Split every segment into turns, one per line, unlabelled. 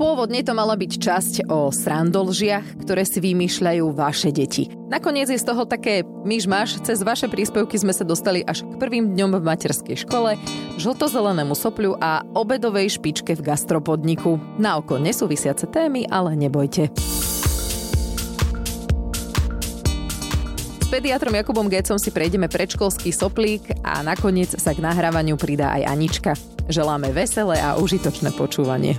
Pôvodne to mala byť časť o srandolžiach, ktoré si vymýšľajú vaše deti. Nakoniec je z toho také myšmaš, cez vaše príspevky sme sa dostali až k prvým dňom v materskej škole, žltozelenému sopľu a obedovej špičke v gastropodniku. Na oko nesúvisiace témy, ale nebojte. S pediatrom Jakubom Gécom si prejdeme predškolský soplík a nakoniec sa k nahrávaniu pridá aj Anička. Želáme veselé a užitočné počúvanie.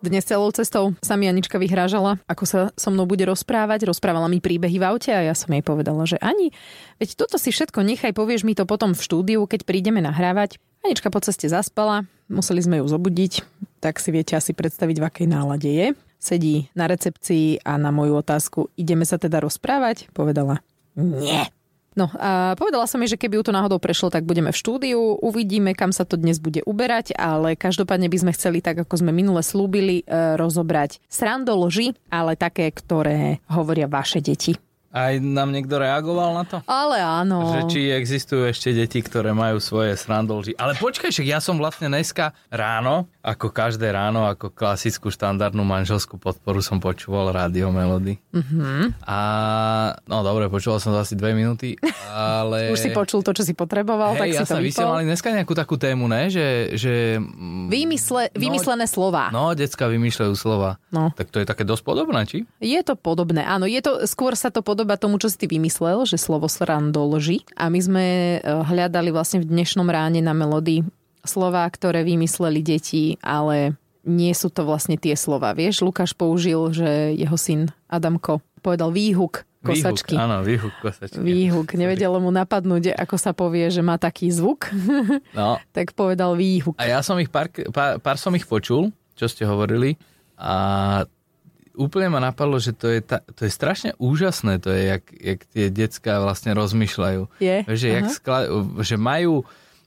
Dnes celou cestou sa mi Anička vyhrážala, ako sa so mnou bude rozprávať. Rozprávala mi príbehy v aute a ja som jej povedala, že Ani, veď toto si všetko nechaj, povieš mi to potom v štúdiu, keď prídeme nahrávať. Anička po ceste zaspala, museli sme ju zobudiť, tak si viete asi predstaviť, v akej nálade je. Sedí na recepcii a na moju otázku, ideme sa teda rozprávať, povedala, nie. No a povedala som jej, že keby ju to náhodou prešlo, tak budeme v štúdiu, uvidíme, kam sa to dnes bude uberať, ale každopádne by sme chceli, tak ako sme minule slúbili, e, rozobrať srando lži, ale také, ktoré hovoria vaše deti.
Aj nám niekto reagoval na to?
Ale áno.
Že či existujú ešte deti, ktoré majú svoje srandolži. Ale počkaj, však ja som vlastne dneska ráno, ako každé ráno, ako klasickú štandardnú manželskú podporu som počúval rádio Melody.
Mhm.
A no dobre, počúval som to asi dve minúty, ale...
Už si počul to, čo si potreboval, tak
Hej,
si
ja
to
som vy ste
vypol.
mali dneska nejakú takú tému, ne? Že, že mm,
Vymysle,
No.
vymyslené slova.
no, decka vymýšľajú slova.
No.
Tak to je také dosť podobné, či?
Je to podobné, áno. Je to, skôr sa to podoba tomu, čo si ty vymyslel, že slovo srando lži. A my sme e, hľadali vlastne v dnešnom ráne na melódii slova, ktoré vymysleli deti, ale nie sú to vlastne tie slova. Vieš, Lukáš použil, že jeho syn Adamko povedal výhuk kosačky.
Výhuk, áno, výhuk kosačky.
Výhuk. Nevedelo mu napadnúť, ako sa povie, že má taký zvuk,
No,
tak povedal výhuk.
A ja som ich pár, pár, pár som ich počul, čo ste hovorili a úplne ma napadlo, že to je, ta, to je strašne úžasné, to je, jak, jak tie decka vlastne rozmýšľajú.
Je?
Vieš, Že, jak
Aha.
skla, že majú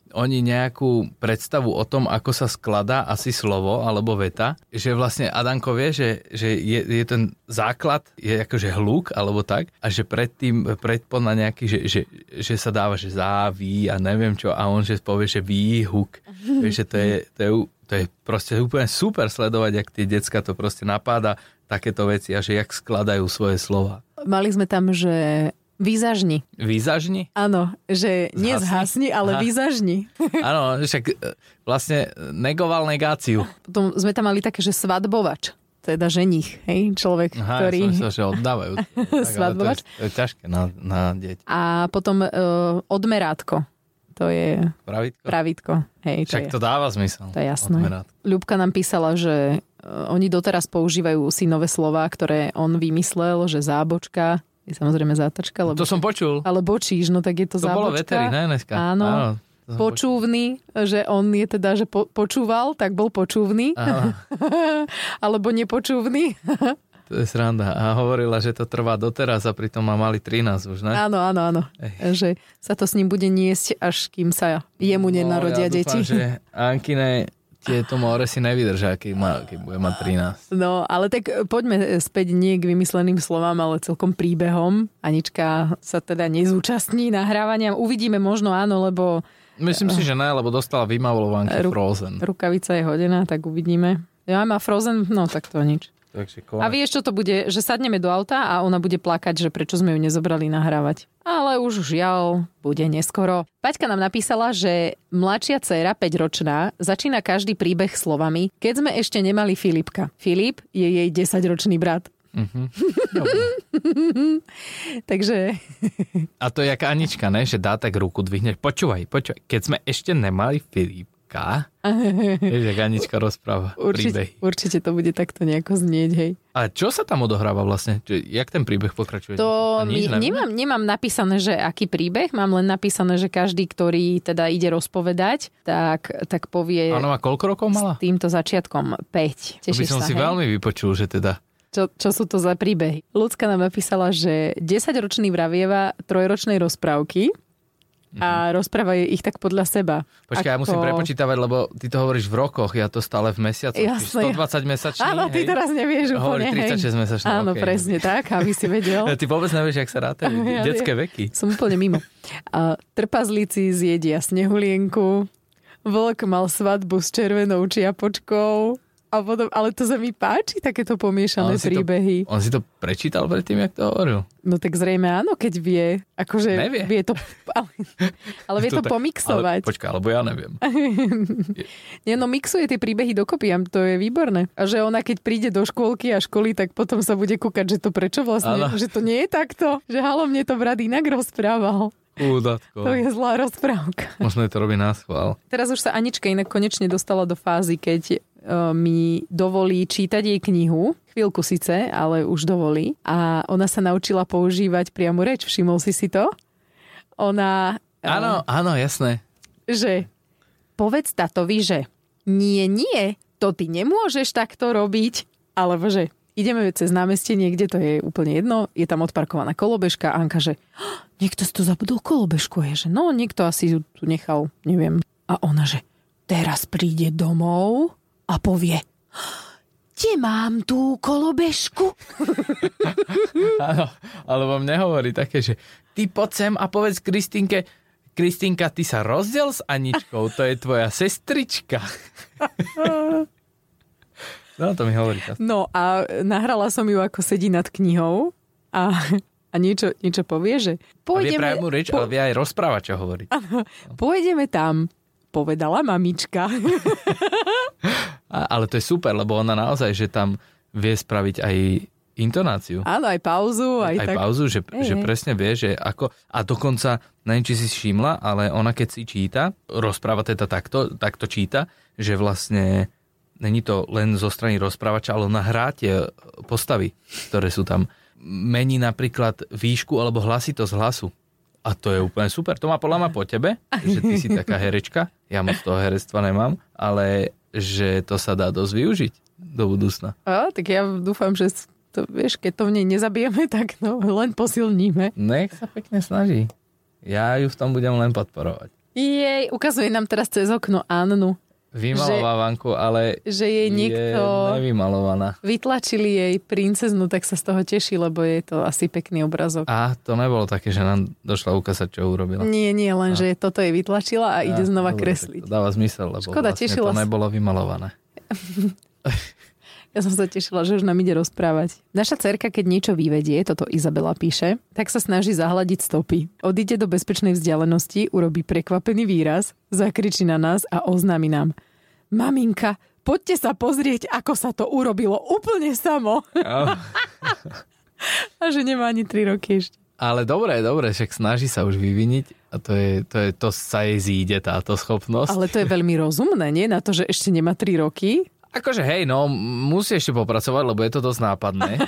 oni nejakú predstavu o tom, ako sa skladá asi slovo alebo veta, že vlastne Adanko vie, že, že je, je ten základ, je akože hluk alebo tak a že predtým predpona nejaký, že, že, že sa dáva, že záví a neviem čo a on že povie, že výhuk. Vieš, že to je, to, je, to je proste úplne super sledovať, jak tie decka to proste napáda, takéto veci a že jak skladajú svoje slova.
Mali sme tam, že výzažni.
Výzažni?
Áno, že nie zhasni,
Zhasni?
ale
Aha.
výzažni.
Áno, však e, vlastne e, negoval negáciu.
Potom sme tam mali také, že svadbovač, teda ženich, hej, človek,
Aha,
ktorý...
ja som myslel, že oddávajú. Tak, ale to je-
Svadbovač?
To je ťažké na, na dieť.
A potom e, odmerátko, to je
Pravítko?
pravidko, hej, to
Však
je.
to dáva zmysel.
To je jasné.
Odmerať.
Ľubka nám písala, že e, oni doteraz používajú si nové slova, ktoré on vymyslel, že zábočka, je samozrejme zátačka, lebo...
To som počul.
Ale bočíš, no tak je to,
To bolo
zábočka.
veteri, ne, dneska.
Áno.
to som
Počúvny, že on je teda, že po, počúval, tak bol počúvny,
Áno,
alebo nepočúvny.
to je sranda. A hovorila, že to trvá doteraz a pritom ma mali 13 už, ne?
Áno, áno, áno. Že sa to s ním bude niesť, až kým sa jemu nenarodia
no, ja
deti.
Dúfam, že Ankine tieto more si nevydržia, keď, má, keď bude mať 13.
No, ale tak poďme e, späť nie k vymysleným slovám, ale celkom príbehom. Anička sa teda nezúčastní nahrávania. Uvidíme možno áno, lebo
Myslím si, že ne, lebo dostala vymavolovanky
Ru-
Frozen.
rukavica je hodená, tak uvidíme. Ja má Frozen, no tak to nič.
Takže
A
konec.
vieš, čo to bude? Že sadneme do auta a ona bude plakať, že prečo sme ju nezobrali nahrávať. Ale už žiaľ, bude neskoro. Paťka nám napísala, že mladšia dcéra, 5-ročná, začína každý príbeh slovami, keď sme ešte nemali Filipka. Filip je jej 10-ročný brat.
Dobre.
Takže
A to je jak Anička, ne? že dá tak ruku dvihneš. Počúvaj, počúvaj. Keď sme ešte nemali Filipka, vieš, jak Anička rozpráva
určite,
príbehy.
určite to bude takto nejako znieť, hej.
A čo sa tam odohráva vlastne? Čo, jak ten príbeh pokračuje?
To
Akože nič,
mi,
neviem.
nemám, nemám napísané, že aký príbeh, mám len napísané, že každý, ktorý teda ide rozpovedať, tak, tak povie
Áno, a koľko rokov
s
mala?
týmto začiatkom 5.
To by
Tešíš
som
sa,
si
hej?
veľmi vypočul, že teda...
Čo, čo sú to za príbehy? Ľudská nám napísala, že 10-ročný vravieva trojročnej rozprávky a rozpráva je ich tak podľa seba.
Mhm. Počkaj, ja
Ako-
musím prepočítavať, lebo ty to hovoríš v rokoch, ja to stále v mesiacoch.
Jasné.
Čiže 120 mesačný,
Áno, ty
hej?
teraz nevieš
Hovorí
úplne. hej.
36 mesačná,
Áno,
okej.
presne tak, aby si vedel.
E, Ty vôbec nevieš, jak sa rátajú
Ja
detské veky.
Som úplne mimo. A trpazlíci zjedia snehulienku, vlk mal svadbu s červenou čiapočkou, A potom, ale to sa mi páči, takéto pomiešané
Ale si to-
príbehy.
On si to prečítal predtým, jak to hovoril.
No tak zrejme áno, keď vie. Akože
Nevie.
vie to, ale, ale vie to,
tak-
pomixovať.
Ale, počka, alebo ja neviem.
Nie, no mixuje tie príbehy dokopy, a to je výborné. A že ona keď príde do škôlky a školy, tak potom sa bude kúkať, že to prečo vlastne,
Áno.
že to nie je takto. Že halo, mne to brat inak rozprával.
Údatko.
To je zlá rozprávka.
Možno je to robí na schvál.
Teraz už sa Anička inak konečne dostala do fázy, keď e, mi dovolí čítať jej knihu. Chvíľku síce, ale už dovolí. A ona sa naučila používať priamu reč. Všimol si si to? Ona... e,
Áno, áno, jasné.
že povedz tatovi, že nie, nie, to ty nemôžeš takto robiť. Alebo že ideme cez námestie niekde, to je úplne jedno, je tam odparkovaná kolobežka a Anka, že "Há, niekto si tu zabudol kolobežku, je, že no, niekto asi ju tu nechal, neviem. A ona, že teraz príde domov a povie, te mám tú kolobežku.
Áno, alebo mne hovorí také, že ty poď sem a povedz Kristinke, Kristinka, ty sa rozdiel s Aničkou, to je tvoja sestrička. No, to mi hovorí. často.
No a nahrala som ju, ako sedí nad knihou a, a niečo, niečo povie, že
A Vie
pôjdeme...
práve mu reč, ale vie aj rozprávať, čo hovorí.
Pôjdeme tam, povedala mamička.
A, ale to je super, lebo ona naozaj, že tam vie spraviť aj intonáciu.
Áno, aj pauzu, aj,
aj
tak.
pauzu, že,
Hej,
že
hej.
presne vie, že ako... A dokonca, neviem, či si všimla, ale ona keď si číta, rozpráva teda takto, takto číta, že vlastne není to len zo strany rozprávača, ale ona hrá tie postavy, ktoré sú tam. Mení napríklad výšku alebo hlasitosť hlasu. A to je úplne super. To má podľa ma po tebe, že ty si taká herečka. Ja moc toho herectva nemám, ale že to sa dá dosť využiť do budúcna.
A, tak ja dúfam, že to, vieš, keď to v nej nezabijeme, tak no, len posilníme.
Nech sa pekne snaží. Ja ju v tom budem len podporovať.
Jej, ukazuje nám teraz cez okno Annu,
Vymalovávanku, ale
že jej niekto...
je nevymalovaná.
Vytlačili jej princeznu, tak sa z toho teší, lebo je to asi pekný obrazok.
A to nebolo také, že nám došla ukázať, čo urobila.
Nie, nie, len, že toto je vytlačila a ide
Á,
znova
dobre,
kresliť.
tak To dáva zmysel, lebo
Škoda,
Škoda, vlastne
tešila
to
sa.
nebolo vymalované.
Ja som sa tešila, že už nám ide rozprávať. Naša cerka, keď niečo vyvedie, toto Izabela píše, tak sa snaží zahladiť stopy. Odíde do bezpečnej vzdialenosti, urobí prekvapený výraz, zakričí na nás a oznámi nám. Maminka, poďte sa pozrieť, ako sa to urobilo úplne samo. A že nemá ani 3 roky ešte.
Ale dobre, dobre, však snaží sa už vyviniť a to, je, to, je, to sa jej zíde táto schopnosť.
Ale to je veľmi rozumné, nie? Na to, že ešte nemá 3 roky.
Akože hej, no, musí ešte popracovať, lebo je to dosť nápadné.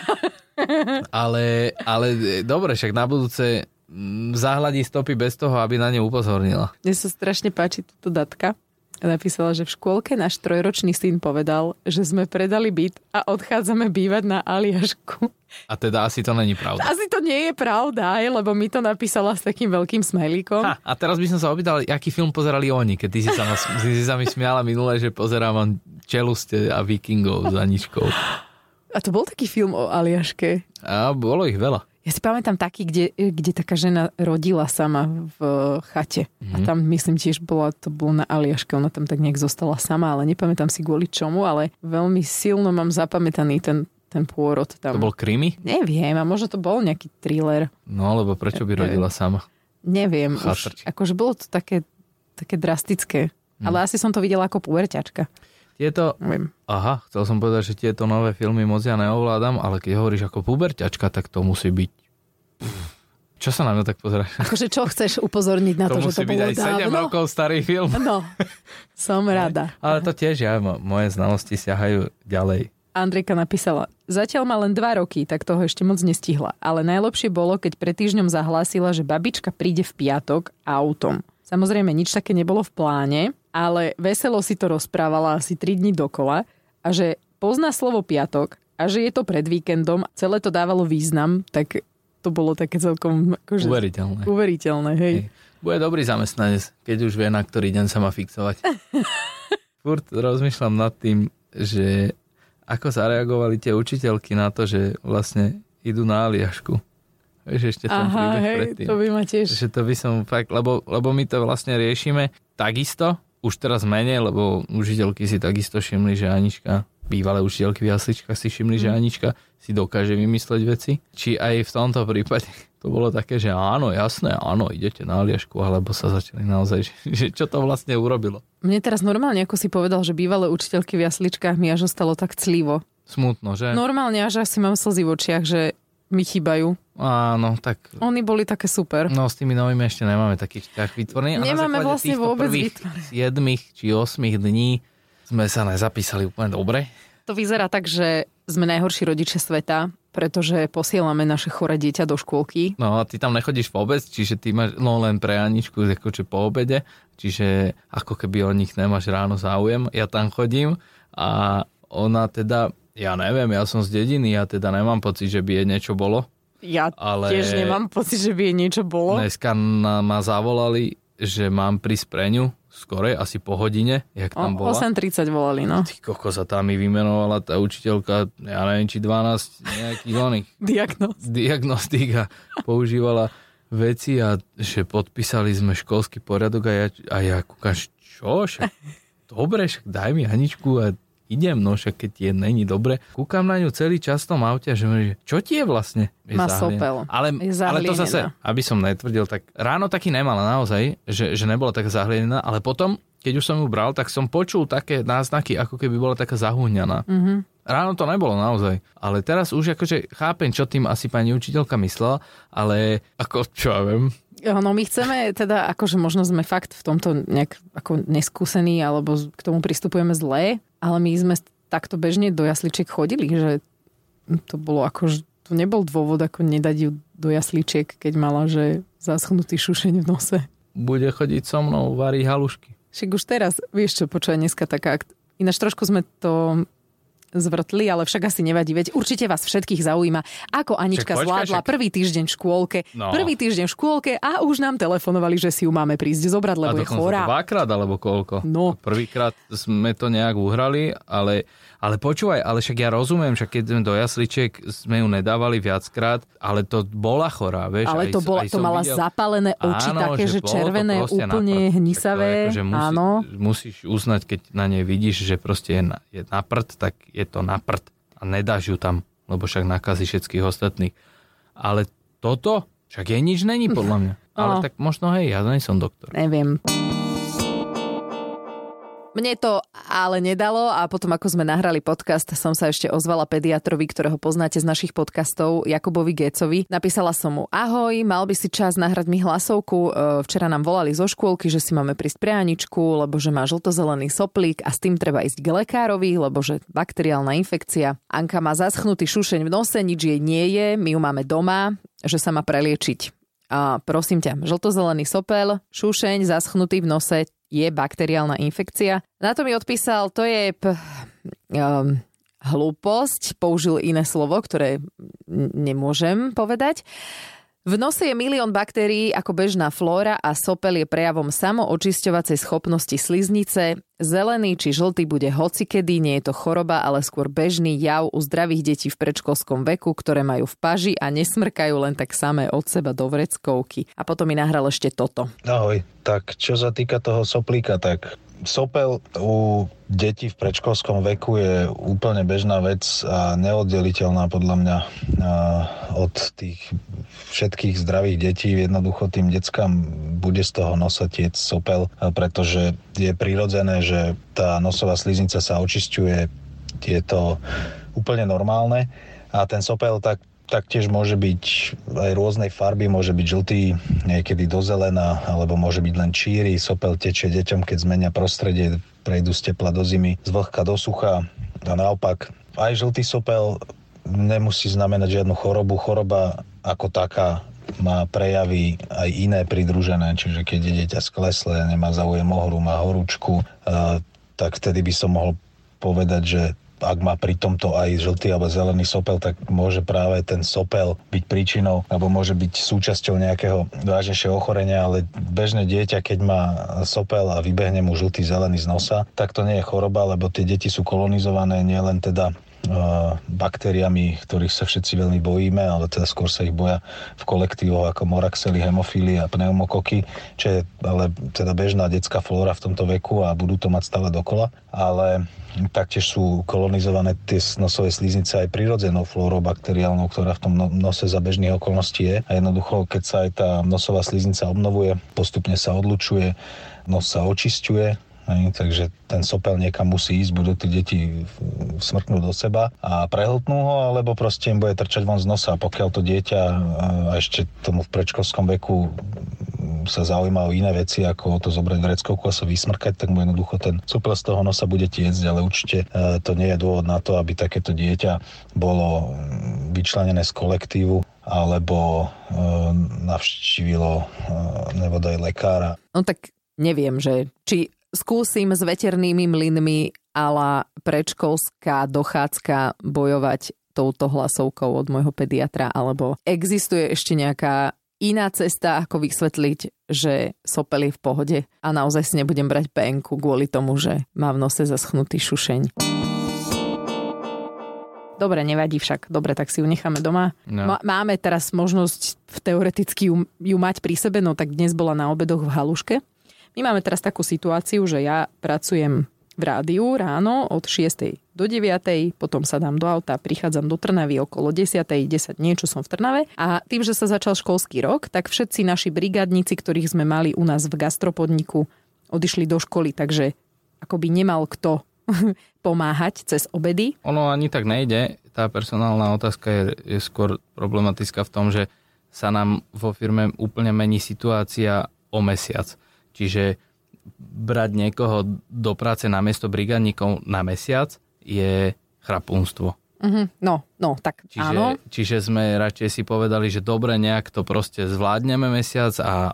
ale, ale e, dobre, však na budúce mm, zahľadí stopy bez toho, aby na ne upozornila.
Mne sa strašne páči túto datka. Napísala, že v škôlke náš trojročný syn povedal, že sme predali byt a odchádzame bývať na Aliašku.
A teda asi to není pravda.
Asi to nie je pravda, aj, lebo mi to napísala s takým veľkým smajlíkom.
Ha, a teraz by som sa opýtal, aký film pozerali oni, keď ty si sa, nas, ty si sa mi smiala minule, že pozerám on Čeluste a Vikingov za Aničkou.
A to bol taký film o Aliaške.
A bolo ich veľa.
Ja si pamätám taký, kde, kde taká žena rodila sama v chate. A tam myslím tiež bola, to bolo na Aliaške, ona tam tak nejak zostala sama, ale nepamätám si kvôli čomu, ale veľmi silno mám zapamätaný ten, ten pôrod tam.
To bol krimi?
Neviem, a možno to bol nejaký thriller.
No, lebo prečo by rodila sama?
Neviem. Už,
Chatrč.
akože bolo to také, také drastické.
Hm.
Ale asi som to videla ako puberťačka.
Tieto,
Neviem.
aha, chcel som povedať, že tieto nové filmy moc ja neovládam, ale keď hovoríš ako puberťačka, tak to musí byť... Pff, Čo sa na mňa tak pozeráš?
Akože čo chceš upozorniť na to, že to
musí
no.
byť
bolo
aj 7
dávno?
rokov starý film.
No, som rada.
Ale to tiež, ja, mo- moje znalosti siahajú ďalej.
Andrejka napísala, zatiaľ má len 2 roky, tak toho ešte moc nestihla. Ale najlepšie bolo, keď pred týždňom zahlásila, že babička príde v piatok autom. Samozrejme, nič také nebolo v pláne, ale veselo si to rozprávala asi 3 dní dokola a že pozná slovo piatok a že je to pred víkendom, celé to dávalo význam, tak to bolo také celkom akože,
Uveriteľné.
uveriteľné. Hej.
Hej. Bude dobrý zamestnanec, keď už vie, na ktorý deň sa má fixovať. Furt rozmýšľam nad tým, že ako zareagovali tie učiteľky na to, že vlastne idú na Aliašku. Vieš, ešte ten
Aha,
príbeh
hej,
predtým.
to by ma tiež...
Že to by som fakt, lebo, lebo my to vlastne riešime takisto, už teraz menej, lebo užiteľky si takisto všimli, že Anička bývalé učiteľky v jasličkách si všimli, mm. že Anička si dokáže vymysleť veci. Či aj v tomto prípade to bolo také, že áno, jasné, áno, idete na Aliašku, alebo sa začali naozaj, že, že čo to vlastne urobilo.
Mne teraz normálne, ako si povedal, že bývalé učiteľky v jasličkách mi až ostalo tak clivo.
Smutno, že?
Normálne až asi mám slzy v očiach, že mi chýbajú.
Áno, tak...
Oni boli také super.
No s tými novými ešte nemáme taký vzťah vytvorený. A
Nemáme
na základe
vlastne
týchto
vôbec
prvých
vytvorený.
7 či 8 dní sme sa nezapísali úplne dobre.
To vyzerá tak, že sme najhorší rodičia sveta, pretože posielame naše chore dieťa do škôlky.
No a ty tam nechodíš vôbec, čiže ty máš no len pre Aničku akože po obede, čiže ako keby o nich nemáš ráno záujem. Ja tam chodím a ona teda, ja neviem, ja som z dediny, ja teda nemám pocit, že by jej niečo bolo.
Ja
Ale-
tiež nemám pocit, že by jej niečo bolo.
Dneska na, ma zavolali, že mám pri spreňu skore, asi po hodine, jak tam
O,
bola.
8.30 volali, no.
Ty kokosa, tá mi vymenovala tá učiteľka, ja neviem, či 12 nejakých oných
Diagnoz.
diagnostík a používala veci a že podpísali sme školský poriadok a ja, a ja kúkam, že čo, však dobre, však daj mi Aničku a idem, no však keď je není dobre. Kúkam na ňu celý čas v tom aute a že, hovorím, že čo ti je vlastne? Je
Má
zahlienená.
sopel.
Ale,
Je
ale to
zahlienená.
zase, aby som netvrdil, tak ráno taký nemala naozaj, že, že nebola taká zahlienená, ale potom, keď už som ju bral, tak som počul také náznaky, ako keby bola taká zahúňaná.
Mhm.
Ráno to nebolo naozaj, ale teraz už akože chápem, čo tým asi pani učiteľka myslela, ale ako čo ja viem,
No my chceme, teda akože možno sme fakt v tomto nejak ako neskúsení alebo z- k tomu pristupujeme zle, ale my sme s- takto bežne do jasličiek chodili, že to bolo ako, že to nebol dôvod ako nedať ju do jasličiek, keď mala, že zaschnutý šušeň v nose.
bude chodiť so mnou varí halušky.
Však už teraz, vieš čo, počúva dneska taká... akt- Ináč trošku sme to zvrtli, ale však asi nevadí. Veď určite vás všetkých zaujíma, ako Anička
Však počkaj,
zvládla
však-
prvý týždeň v škôlke.
No.
Prvý týždeň v škôlke a už nám telefonovali, že si ju máme prísť zobrať, lebo je
a dokonca
chorá.
dvakrát alebo koľko.
No.
Prvýkrát sme to nejak uhrali, ale, ale počúvaj, ale však ja rozumiem, však keď sme do jasličiek sme ju nedávali viackrát, ale to bola chorá, vieš.
Ale
aj,
to, bola,
aj
to
som
mala
videl,
zapálené oči také, že,
bolo to
červené,
proste
úplne
na prd.
hnisavé.
To je Akože musí,
Áno.
Musíš uznať, keď na nej vidíš, že proste je na, je na prd, tak je to na prd. A nedáš ju tam, lebo však nakazí všetkých ostatných. Ale toto, však jej nič není podľa mňa. Ale
No.
tak možno, hej, ja nie som doktor.
Neviem. Mne to ale nedalo a potom ako sme nahrali podcast, som sa ešte ozvala pediatrovi, ktorého poznáte z našich podcastov, Jakubovi Gécovi. Napísala som mu, ahoj, mal by si čas nahrať mi hlasovku. E, Včera nám volali zo škôlky, že si máme prísť pre Aničku, lebo že má žltozelený soplík a s tým treba ísť k lekárovi, lebo že bakteriálna infekcia. Anka má zaschnutý šušeň v nose, nič jej nie je, my ju máme doma, že sa má preliečiť. A prosím ťa, žltozelený sopel, šúšeň zaschnutý v nose je bakteriálna infekcia. Na to mi odpísal, to je p- um, hlúposť, použil iné slovo, ktoré n- nemôžem povedať. V nose je milión baktérií ako bežná flóra a sopel je prejavom samoočisťovacej schopnosti sliznice. Zelený či žltý bude hocikedy, nie je to choroba, ale skôr bežný jav u zdravých detí v predškolskom veku, ktoré majú v paži a nesmrkajú len tak samé od seba do vreckovky. A potom mi nahral ešte toto.
Ahoj, tak čo sa týka toho soplíka, tak sopel u detí v predškolskom veku je úplne bežná vec a neoddeliteľná podľa mňa a, od tých všetkých zdravých detí. Jednoducho tým deckám bude z toho nosa tiec sopel, a pretože je prirodzené, že tá nosová sliznica sa očisťuje, je to úplne normálne a ten sopel tak taktiež môže byť aj rôznej farby, môže byť žltý, niekedy do zelená, alebo môže byť len číry, sopel tečie deťom, keď zmenia prostredie, prejdú z tepla do zimy, z vlhka do sucha a naopak. Aj žltý sopel nemusí znamenať žiadnu chorobu, choroba ako taká má prejavy aj iné pridružené, čiže keď je dieťa skleslé, nemá záujem o hru, má horúčku, eh, tak vtedy by som mohol povedať, že ak má pri tomto aj žltý alebo zelený sopel, tak môže práve ten sopel byť príčinou alebo môže byť súčasťou nejakého vážnejšieho ochorenia, ale bežné dieťa, keď má sopel a vybehne mu žltý zelený z nosa, tak to nie je choroba, lebo tie deti sú kolonizované nielen teda baktériami, ktorých sa všetci veľmi bojíme, ale teda skôr sa ich boja v kolektívoch ako moraxely, hemofíly a pneumokoky, čo je ale teda bežná detská flóra v tomto veku a budú to mať stále dokola. Ale taktiež sú kolonizované tie nosové sliznice aj prirodzenou flórou bakteriálnou, ktorá v tom no-, nose za bežných okolností je. A jednoducho, keď sa aj tá nosová sliznica obnovuje, postupne sa odlučuje, nos sa očisťuje, takže ten sopel niekam musí ísť, budú tí deti smrknúť do seba a prehltnú ho, alebo proste im bude trčať von z nosa. Pokiaľ to dieťa a ešte tomu v predškolskom veku mm, sa zaujíma o iné veci, ako to zobrať vreckovku a sa vysmrkať, tak mu jednoducho ten sopel z toho nosa bude tiecť, ale určite e, to nie je dôvod na to, aby takéto dieťa bolo mm, vyčlenené z kolektívu alebo e, navštívilo e, nebodaj lekára.
No tak neviem, že či skúsim s veternými mlynmi ala predškolská dochádzka bojovať touto hlasovkou od môjho pediatra, alebo existuje ešte nejaká iná cesta, ako vysvetliť, že sopel je v pohode a naozaj si nebudem brať penku kvôli tomu, že má v nose zaschnutý šušeň. Dobre, nevadí však. Dobre, tak si ju necháme doma. No. Máme teraz možnosť v teoreticky ju, ju mať pri sebe, no tak dnes bola na obedoch v haluške. My máme teraz takú situáciu, že ja pracujem v rádiu ráno od 6. do 9. potom sa dám do auta, prichádzam do Trnavy okolo 10. 10 niečo som v Trnave a tým, že sa začal školský rok, tak všetci naši brigádnici, ktorých sme mali u nás v gastropodniku, odišli do školy, takže akoby nemal kto pomáhať cez obedy.
Ono ani tak nejde. Tá personálna otázka je, je skôr problematická v tom, že sa nám vo firme úplne mení situácia o mesiac. Čiže brať niekoho do práce na miesto brigádnikov na mesiac je chrapúnstvo.
Mm-hmm. No, no, tak
čiže,
áno.
Čiže sme radšej si povedali, že dobre, nejak to proste zvládneme mesiac a e,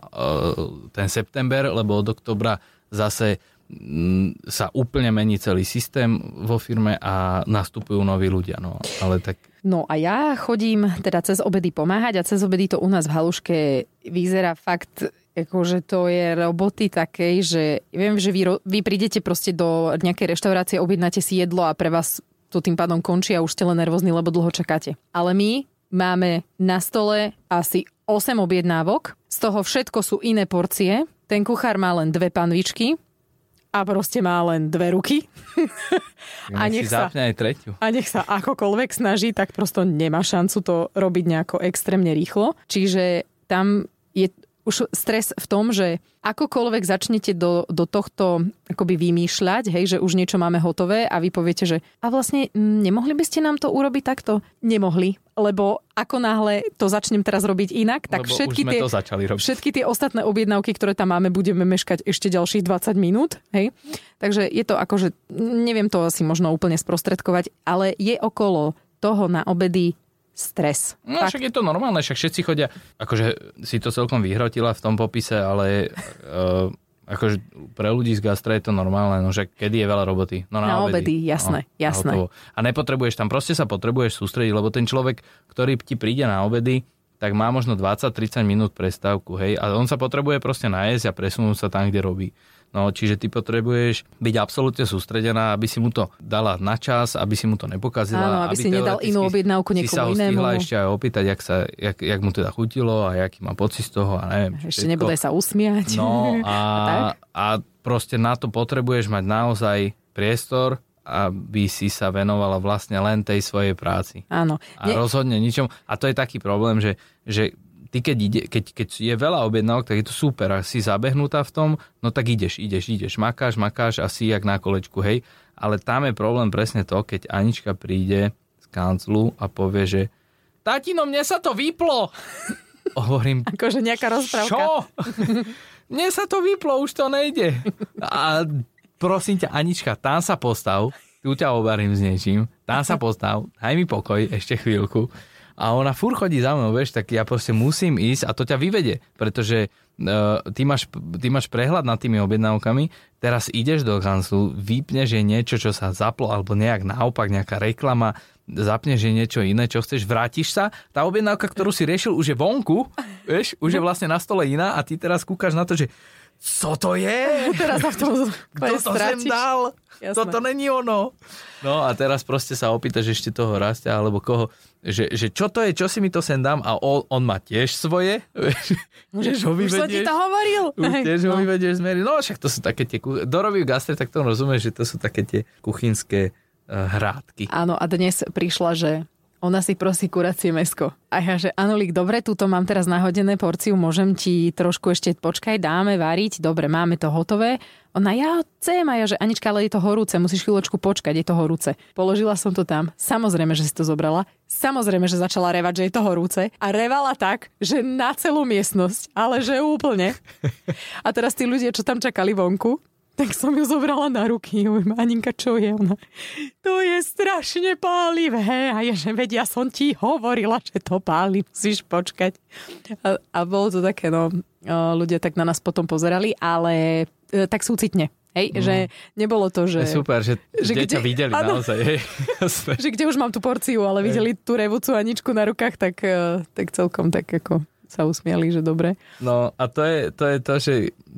ten september, lebo od oktobra zase m, sa úplne mení celý systém vo firme a nastupujú noví ľudia. No, ale tak...
no a ja chodím teda cez obedy pomáhať a cez obedy to u nás v Haluške vyzerá fakt akože to je roboty takej, že viem, že vy, vy prídete proste do nejakej reštaurácie, objednáte si jedlo a pre vás to tým pádom končí a už ste len nervózni, lebo dlho čakáte. Ale my máme na stole asi 8 objednávok, z toho všetko sú iné porcie, ten kuchár má len dve panvičky, a proste má len dve ruky.
a nech sa, aj tretiu.
A nech sa akokoľvek snaží, tak prosto nemá šancu to robiť nejako extrémne rýchlo. Čiže tam je už stres v tom, že akokoľvek začnete do, do tohto akoby vymýšľať, hej, že už niečo máme hotové a vy poviete, že a vlastne nemohli by ste nám to urobiť takto? Nemohli, lebo ako náhle to začnem teraz robiť inak, tak
lebo
všetky,
tie, to začali robiť.
všetky tie ostatné objednávky, ktoré tam máme, budeme meškať ešte ďalších 20 minút. Hej? Takže je to akože, neviem to asi možno úplne sprostredkovať, ale je okolo toho na obedy stres.
No Fakt. však je to normálne, však všetci chodia, akože si to celkom vyhrotila v tom popise, ale uh, akože pre ľudí z gastra je to normálne, no že kedy je veľa roboty. No na,
na obedy. obedy, jasné, no, jasné.
A, a nepotrebuješ tam, proste sa potrebuješ sústrediť, lebo ten človek, ktorý ti príde na obedy, tak má možno 20-30 minút prestávku, hej, a on sa potrebuje proste najesť a presunúť sa tam, kde robí. No, čiže ty potrebuješ byť absolútne sústredená, aby si mu to dala na čas, aby si mu to nepokazila.
Áno, aby, aby si nedal inú objednávku niekomu
sa ho
inému.
ešte aj opýtať, jak, sa, jak, jak mu teda chutilo a jaký má pocit z toho a neviem.
Ešte všetko. nebude sa usmiať.
No a, a, a proste na to potrebuješ mať naozaj priestor, aby si sa venovala vlastne len tej svojej práci.
Áno.
A ne... rozhodne ničom. A to je taký problém, že, že ty keď, ide, keď, keď je veľa objednávok, tak je to super a si zabehnutá v tom, no tak ideš, ideš, ideš, makáš, makáš a si jak na kolečku, hej. Ale tam je problém presne to, keď Anička príde z kanclu a povie, že tatino, mne sa to vyplo. Hovorím,
akože nejaká rozprávka.
Čo? mne sa to vyplo, už to nejde. A prosím ťa, Anička, tam sa postav, tu ťa obarím s niečím, tam sa postav, daj mi pokoj ešte chvíľku a ona fur chodí za mnou, vieš, tak ja proste musím ísť a to ťa vyvede, pretože uh, ty, máš, ty máš prehľad nad tými objednávkami, teraz ideš do kanclu, vypneš je niečo, čo sa zaplo, alebo nejak naopak, nejaká reklama, zapneš je niečo iné, čo chceš, vrátiš sa, tá objednávka, ktorú si riešil, už je vonku, vieš, už je vlastne na stole iná a ty teraz kúkaš na to, že co to je?
Teraz sa v tom
Kto to sem
stráčiš.
dal?
Jasné.
Toto není ono. No a teraz proste sa opýtaš ešte toho rastia, alebo koho, že, že čo to je, čo si mi to sem dám a on, on má tiež svoje. Tiež ho
No, Už som ti
vyvedieš.
to hovoril.
Už
Hej,
Tiež ho
no.
vyvedieš z miery. No však to sú také tie, ku- dorový v gastre, tak to rozumieš, že to sú také tie kuchynské eh, hrádky.
Áno, a dnes prišla, že ona si prosí kuracie mesko. A ja, že Anolík, dobre, túto mám teraz nahodené porciu, môžem ti trošku ešte, počkaj, dáme variť, dobre, máme to hotové. Ona, ja chcem, a ja, že Anička, ale je to horúce, musíš chvíľočku počkať, je to horúce. Položila som to tam, samozrejme, že si to zobrala, samozrejme, že začala revať, že je to horúce a revala tak, že na celú miestnosť, ale že úplne. A teraz tí ľudia, čo tam čakali vonku, tak som ju zobrala na ruky. Hovorím, Aninka, čo je ona? To je strašne pálivé. A je, že veď ja som ti hovorila, že to páli, musíš počkať. A, a bolo to také, no, o, ľudia tak na nás potom pozerali, ale e, tak súcitne. Hej, mm. že nebolo to,
To
že...
je super, že,
že
že dieťa
kde-
videli
áno.
naozaj. hej. Jasné.
Že kde už mám tú porciu, ale videli tú revúcu Aničku na rukách, tak, e, tak celkom tak ako sa usmiali, že dobre.
No a to je, to je to, že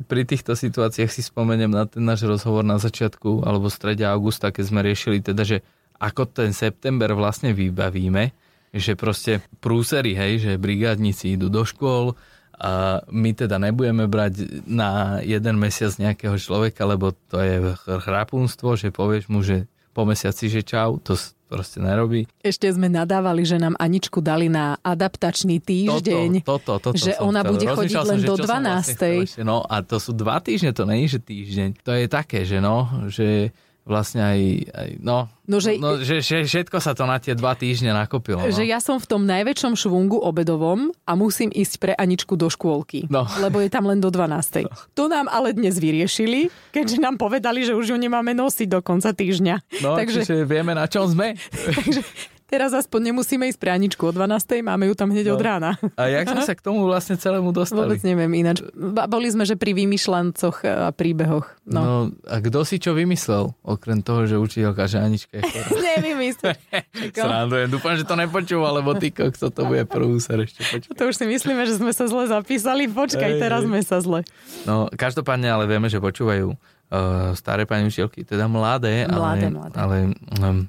pri týchto situáciách si spomeniem na ten náš rozhovor na začiatku alebo v strede augusta, keď sme riešili teda, že ako ten september vlastne vybavíme, že proste prúsery, hej, že brigádnici idú do škôl a my teda nebudeme brať na jeden mesiac nejakého človeka, lebo to je chr- chrapunstvo, že povieš mu, že po mesiaci, že čau, to s- proste nerobí.
Ešte sme nadávali, že nám Aničku dali na adaptačný týždeň.
Toto, toto, toto
že
som
ona
chcel.
bude chodiť
Rozmýšľal
len
som, že
do
čo som vlastne
12..
chcel ešte. No a to sú dva týždne, to není, že týždeň. To je také, že no, že vlastne aj, aj no,
No, že-
no že, že, všetko sa to na tie dva týždne nakopilo. No.
že ja som v tom najväčšom švungu obedovom a musím ísť pre Aničku do škôlky,
No.
lebo je tam len do 12. To nám ale dnes vyriešili, keďže nám povedali, že už ju nemáme nosiť do konca týždňa.
no takže...
takže,
čiže vieme, na čom sme.
takže teraz aspoň nemusíme ísť pre Aničku o 12. Máme ju tam hneď
No.
od rána.
A jak sme sa k tomu vlastne celému dostali?
Vôbec neviem ináč. Ba- Boli sme, že pri vymýšľancoch e, a príbehoch. No.
no. no a kto si čo vymyslel? Okrem toho, že učiteľka, že Anička je chorá.
Nevymyslel. Čakom.
Srandujem, dúfam, že to nepočúva, lebo ty, kto to bude prúser ešte počkať.
To už si myslíme, že sme sa zle zapísali. Počkaj,
Ej,
teraz
ej.
sme sa zle.
No, každopádne ale vieme, že počúvajú uh, staré pani učiteľky, teda mladé,
Mladé,
ale,
mladé.
ale um,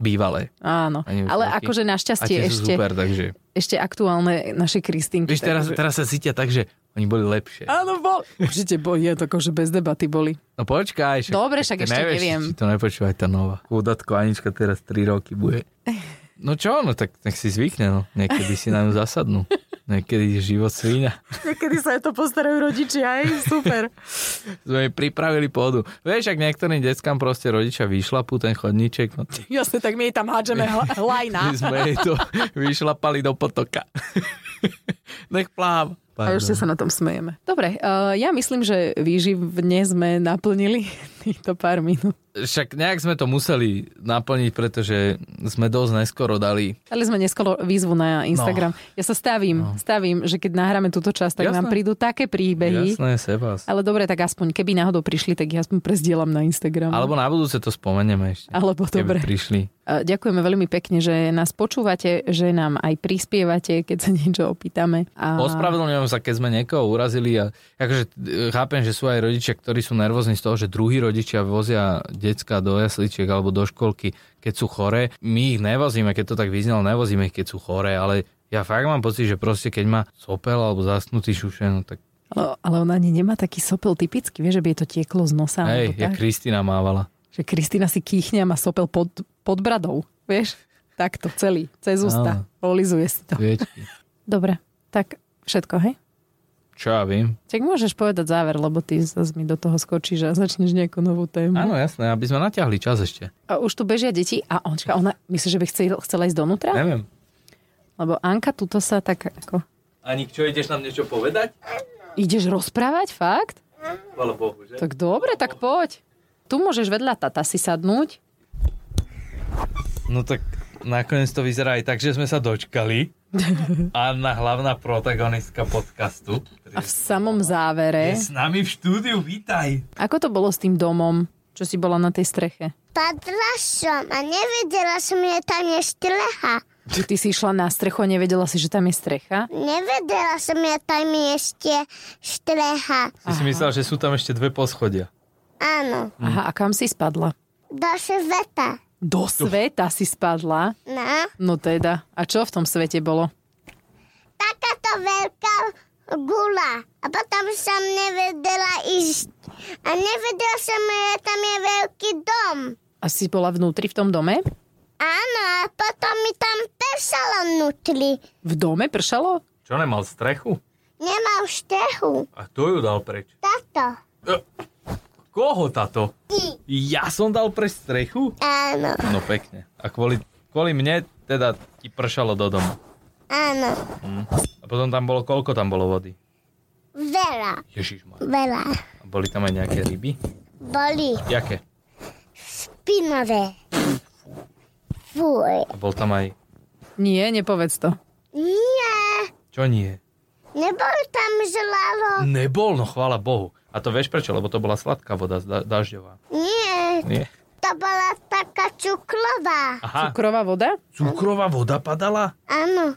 bývalé.
Áno,
Ani už
ale
roky.
akože
A
našťastie
tie sú
ešte,
super, takže...
ešte aktuálne naše Kristinky.
Víš, teraz,
takže-
teraz sa cítia tak, že oni boli lepšie.
Áno, bol. Určite bol, je to akože bez debaty boli.
No počkaj, však,
Dobre, však
ty
ešte
nevieš,
neviem.
Či to nepočúvaj tá nová. Kúdatko Anička teraz 3 roky bude. No čo, no tak nech si zvykne, no. Niekedy si na ňu zasadnú. Niekedy je život svíňa.
Niekedy sa aj to postarajú rodičia, aj super.
Sme jej pripravili pôdu. Vieš, ak niektorým deckám proste rodičia vyšlapú ten chodníček, no
Jasne, tak my jej tam hádžeme hla- hlajna.
My sme jej to vyšlapali do potoka. Nech pláv.
A ešte sa na tom smejeme. Dobre, uh, ja myslím, že výživne sme naplnili týchto pár minút.
Však nejak sme to museli naplniť, pretože sme dosť neskoro dali.
Dali sme neskoro výzvu na Instagram. No. Ja sa stavím, no. stavím, že keď nahráme túto časť, tak Jasne.
Jasné.
nám prídu také príbehy. Jasne.
Jasné, Sebas.
Ale dobre, tak aspoň, keby náhodou prišli, tak ja aspoň prezdielam na Instagram.
Alebo na budúce to spomenieme ešte.
Alebo dobre.
Keby prišli.
E, Ďakujeme veľmi pekne, že nás počúvate, že nám aj prispievate, keď sa niečo opýtame. A
Ospravedlňujem sa, keď sme niekoho urazili. A, akože e, chápem, že sú aj rodičia, ktorí sú nervózni z toho, že druhí rodičia vozia decka do jasličiek alebo do školky, keď sú chore. My ich nevozíme, keď to tak vyznelo, nevozíme ich, keď sú chore, ale ja fakt mám pocit, že proste keď má sopel alebo zasnutý šušen, no tak
ale, ale ona ani nemá taký sopel typický, vieš, že by jej to tieklo z nosa.
hej,
alebo
ja
tak,
Kristina mávala.
Že Kristina si kýchne a má sopel pod, pod bradou, vieš? Takto, celý, cez ústa. Olizuje si to.
Viečky.
Dobre, tak všetko, hej?
Čo ja vím.
Tak môžeš povedať záver, lebo ty zase mi do toho skočíš a začneš nejakú novú tému.
Áno, jasné, aby sme natiahli čas ešte.
A už tu bežia deti a ončka, ona myslí, že by chcel, chcela ísť donútra?
Neviem.
Lebo Anka tuto sa tak ako...
Ani čo, ideš nám niečo povedať?
Ideš rozprávať, fakt?
Chvala Bohu, že?
Tak dobre, tak poď. Tu môžeš vedľa tata si sadnúť.
No tak nakoniec to vyzerá aj tak, že sme sa dočkali. Anna, hlavná protagonistka podcastu.
A v samom závere,
Je s nami v štúdiu, vítaj.
ako to bolo s tým domom, čo si bola na tej streche?
Padla som a nevedela som, že tam je štleha.
Že ty si išla na strechu a nevedela si, že tam je strecha?
Nevedela som, ja tam je ešte štrecha.
Ty si myslel, že sú tam ešte dve poschodia.
Áno,
Aha, a kam si spadla?
do sveta.
Do sveta si spadla?
No,
No teda. A čo v tom svete bolo?
takáto veľká gula. A potom som nevedela ísť. A nevedela som, že tam je veľký dom.
A si bola vnútri v tom dome?
Áno, a potom mi tam pesalo vnútri.
V dome pršalo?
Čo nemal strechu?
Nemal štehu.
A kto ju dal preč? E,
Tato.
Koho táto?
Ty.
Ja som dal preč strechu?
Áno,
No pekne. A kvôli, kvôli mne teda ti pršalo do domu.
áno.
A potom tam bolo, koľko tam bolo vody?
Veľa,
Ježišmar.
veľa.
A boli tam aj nejaké ryby?
Boli
Jaké?
špinavé. Fuj.
A bol tam aj...
Nie, nepovedz to.
Nie,
Čo nie?
nebol tam žlalo.
Nebol, no chvála Bohu. A to vieš prečo? Lebo to bola sladká voda z da- dažďová.
Nie,
Nie.
to bola taká cukrová.
Aha,
Krová voda?
cukrová voda padala?
Áno,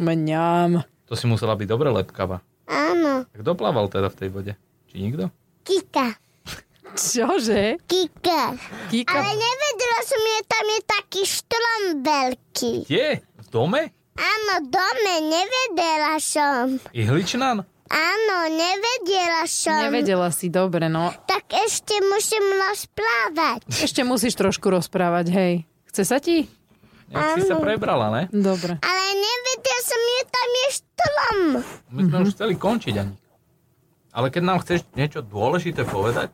Mňam.
To si musela byť dobre lepkava.
áno.
A Kto plával teda v tej vode? Či nikto?
Kika,
Čože?
kika. Ale
Kika.
nevedela som, že tam je taký štrom veľký.
Je? V dome?
Áno, dome, nevedela som.
Ihličnan?
Áno, nevedela som.
Nevedela si, dobre, no.
Tak ešte musím rozplávať.
Ešte musíš trošku rozprávať, hej. Chce sa ti?
Nejak si sa
Áno.
prebrala, ne?
Dobre.
Ale nevedela som, že tam je štrom.
My sme už chceli končiť ani. Ale keď nám chceš niečo dôležité povedať,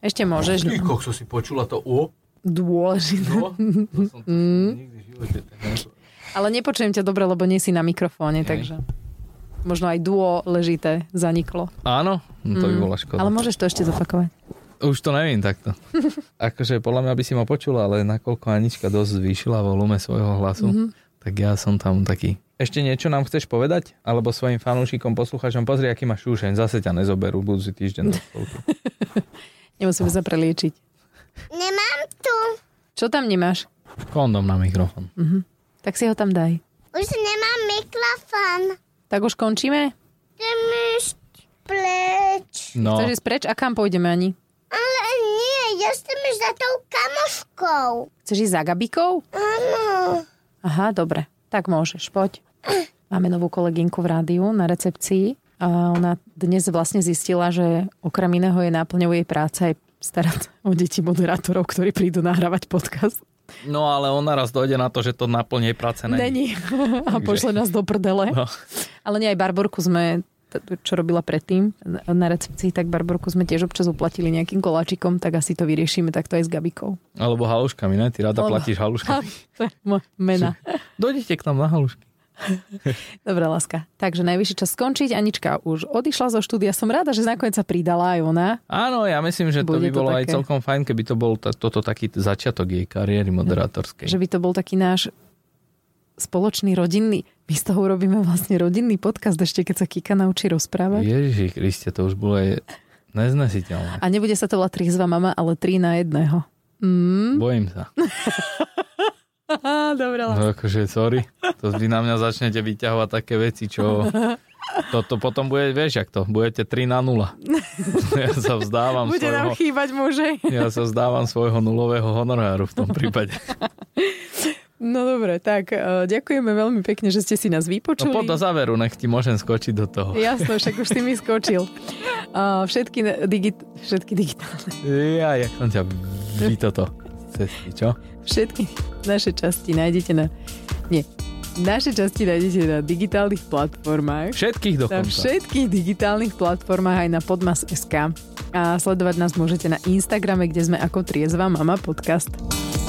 Ešte môžeš.
ty kokso si počula to o,
Dôležité.
no, to som to nikdy v živote tak nepovedal.
Ale nepočujem ťa dobre, lebo nie si na mikrofóne,
Hej.
takže možno aj dôležité zaniklo.
Áno, no to by bola škoda.
Ale môžeš to ešte zopakovať.
Už to neviem takto. Akože podľa mňa by si ma počula, ale nakoľko Anička dosť zvýšila volume svojho hlasu,
Mhm.
mm-hmm. tak ja som tam taký. Ešte niečo nám chceš povedať? Alebo svojim fanúšikom, poslucháčom, pozri, aký máš šúšeň, zase ťa nezoberú budúci týždeň do školky.
Nemusíme sa preliečiť.
Nemám tu.
Čo tam nemáš?
Kondom na mikrofón.
Tak si ho tam daj.
Už nemám mikrofón.
Tak už končíme?
Chcem ísť preč.
No,
Chceš ísť preč? A kam pôjdeme ani?
Ale nie, ja som už za tou kamoškou.
Chceš ísť za Gabikou?
Áno.
Aha, dobre. Tak môžeš, poď. Máme novú kolegynku v rádiu na recepcii a ona dnes vlastne zistila, že okrem iného je náplňou jej práce aj starať o deti moderátorov, ktorí prídu nahrávať podcast.
no ale ona raz dojde na to, že to naplne jej práce není.
Není. A
Takže-
pošle nás do prdele.
No.
Ale nie aj Barborku sme, t- čo robila predtým na recepcii, tak Barborku sme tiež občas uplatili nejakým koláčikom, tak asi to vyriešime takto aj s Gabikou.
Alebo haluškami, ne? Ty rada
Alebo-
platíš haluškami.
To je moje mena.
Dojdete k nám na halušky.
Dobre, láska. Takže najvyšší čas skončiť. Anička už odišla zo štúdia. Som rada, že nakoniec sa pridala aj ona.
Áno, ja myslím, že to
Bude
by
to
bolo aj
také.
celkom fajn, keby to bol ta- toto taký t- začiatok jej kariéry moderátorskej.
Že by to bol taký náš spoločný rodinný. My z toho urobíme vlastne rodinný podcast ešte, keď sa Kika naučí rozprávať.
Ježiši Kriste, to už bolo aj neznesiteľné.
A nebude sa to volať trizva mama, ale tri na jedného. Mm.
Bojím sa.
Dobre, láska.
No akože, sorry. To vy na mňa začnete vyťahovať také veci, čo... Toto potom bude, vieš, jak to? Budete 3 na 0. Ja sa vzdávam
Bude nám
No, svojho...
chýbať mužej.
Ja sa vzdávam svojho nulového honoráru v tom prípade.
No dobre, tak e, ďakujeme veľmi pekne, že ste si nás
No
vypočuli.
poď do záveru, nech ti môžem skočiť do toho.
Jasno, však už si mi skočil. E, Všetky, ne- digit, všetky digitálne,
Ja, jak som ťa vy toto cesty, čo?
všetky naše časti nájdete na... Nie, naše časti nájdete na digitálnych platformách.
Všetkých
Na
dokonca.
všetkých digitálnych platformách aj na podmas.sk a sledovať nás môžete na Instagrame, kde sme ako Triezva Mama Podcast.